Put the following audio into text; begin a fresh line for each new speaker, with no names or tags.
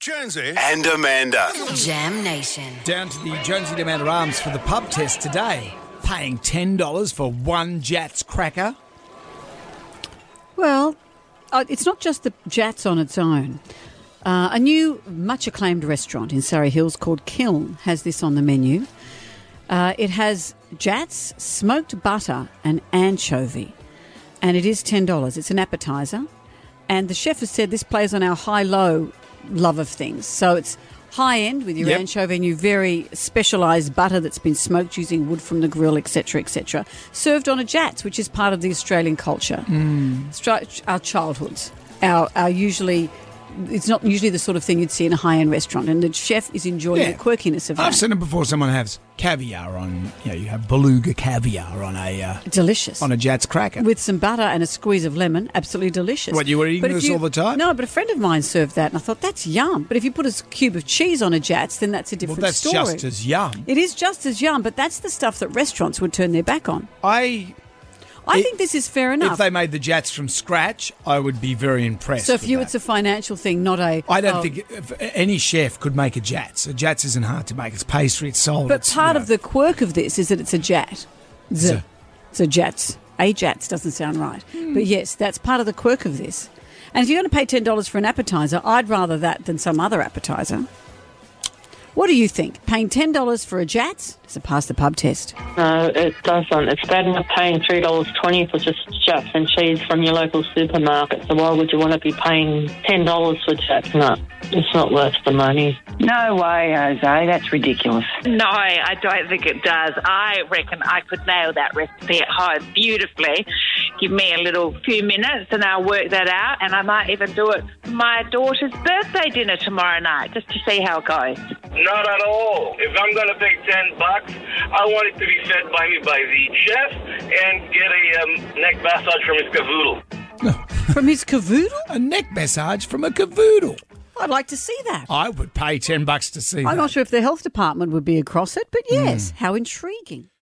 Jonesy.
and Amanda.
Jam Nation.
Down to the Jonesy Demander Arms for the pub test today. Paying $10 for one Jats cracker.
Well, uh, it's not just the Jats on its own. Uh, a new, much acclaimed restaurant in Surrey Hills called Kiln has this on the menu. Uh, it has Jats, smoked butter, and anchovy, and it is $10. It's an appetizer. And the chef has said this plays on our high low love of things. So it's high end with your
Yep.
anchovy and your very specialised butter that's been smoked using wood from the grill, etc., etc. Served on a Jats, which is part of the Australian culture stri- our childhoods, our, our usually. It's not usually the sort of thing you'd see in a high end restaurant, and the chef is enjoying
Yeah.
the quirkiness of
I've
that.
seen it before. Someone has caviar on, you know, you have beluga caviar on a uh,
Delicious.
on a Jats cracker.
with some butter and a squeeze of lemon, absolutely delicious.
What, you were eating
But if
this all the time?
No, but a friend of mine served that, and I thought that's yum. But if you put a s- cube of cheese on a Jats, then that's a
well,
different
that's
story.
just as yum.
it is just as yum, but that's the stuff that restaurants would turn their back on.
I,
I
It-
think this is fair
if
enough.
they made the Jats from scratch, I would be very impressed.
so for
with
you,
that.
it's a financial thing, not a.
I don't
oh,
think if any chef could make a Jats. A Jats isn't hard to make. It's pastry, it's sold.
But
it's,
part
you
of
know,
the quirk of this is that it's a jet. Z.
Z. Hmm.
It's a jets. A jets doesn't sound right. But yes, that's part of the quirk of this. And if you're going to pay $10 for an appetizer, I'd rather that than some other appetizer. What do you think? Paying $10 for a jats? Does it pass the pub test?
No, it doesn't. It's bad enough paying three dollars twenty for just chips and cheese from your local supermarket. So why would you want to be paying ten dollars for chips? No, it's not worth the money.
No way, Jose. That's ridiculous.
No, I don't think it does. I reckon I could nail that recipe at home beautifully. Give me a little few minutes and I'll work that out, and I might even do it for my daughter's birthday dinner tomorrow night just to see how it goes.
Not at all. If I'm going to pay 10 bucks, I want it to be fed by me by the chef and get a um, neck massage from his cavoodle.
From his cavoodle?
a neck massage from a cavoodle.
I'd like to see that.
I would pay ten bucks to see
I'm
that. Hmm.
not sure if the health department would be across it, but yes, how intriguing.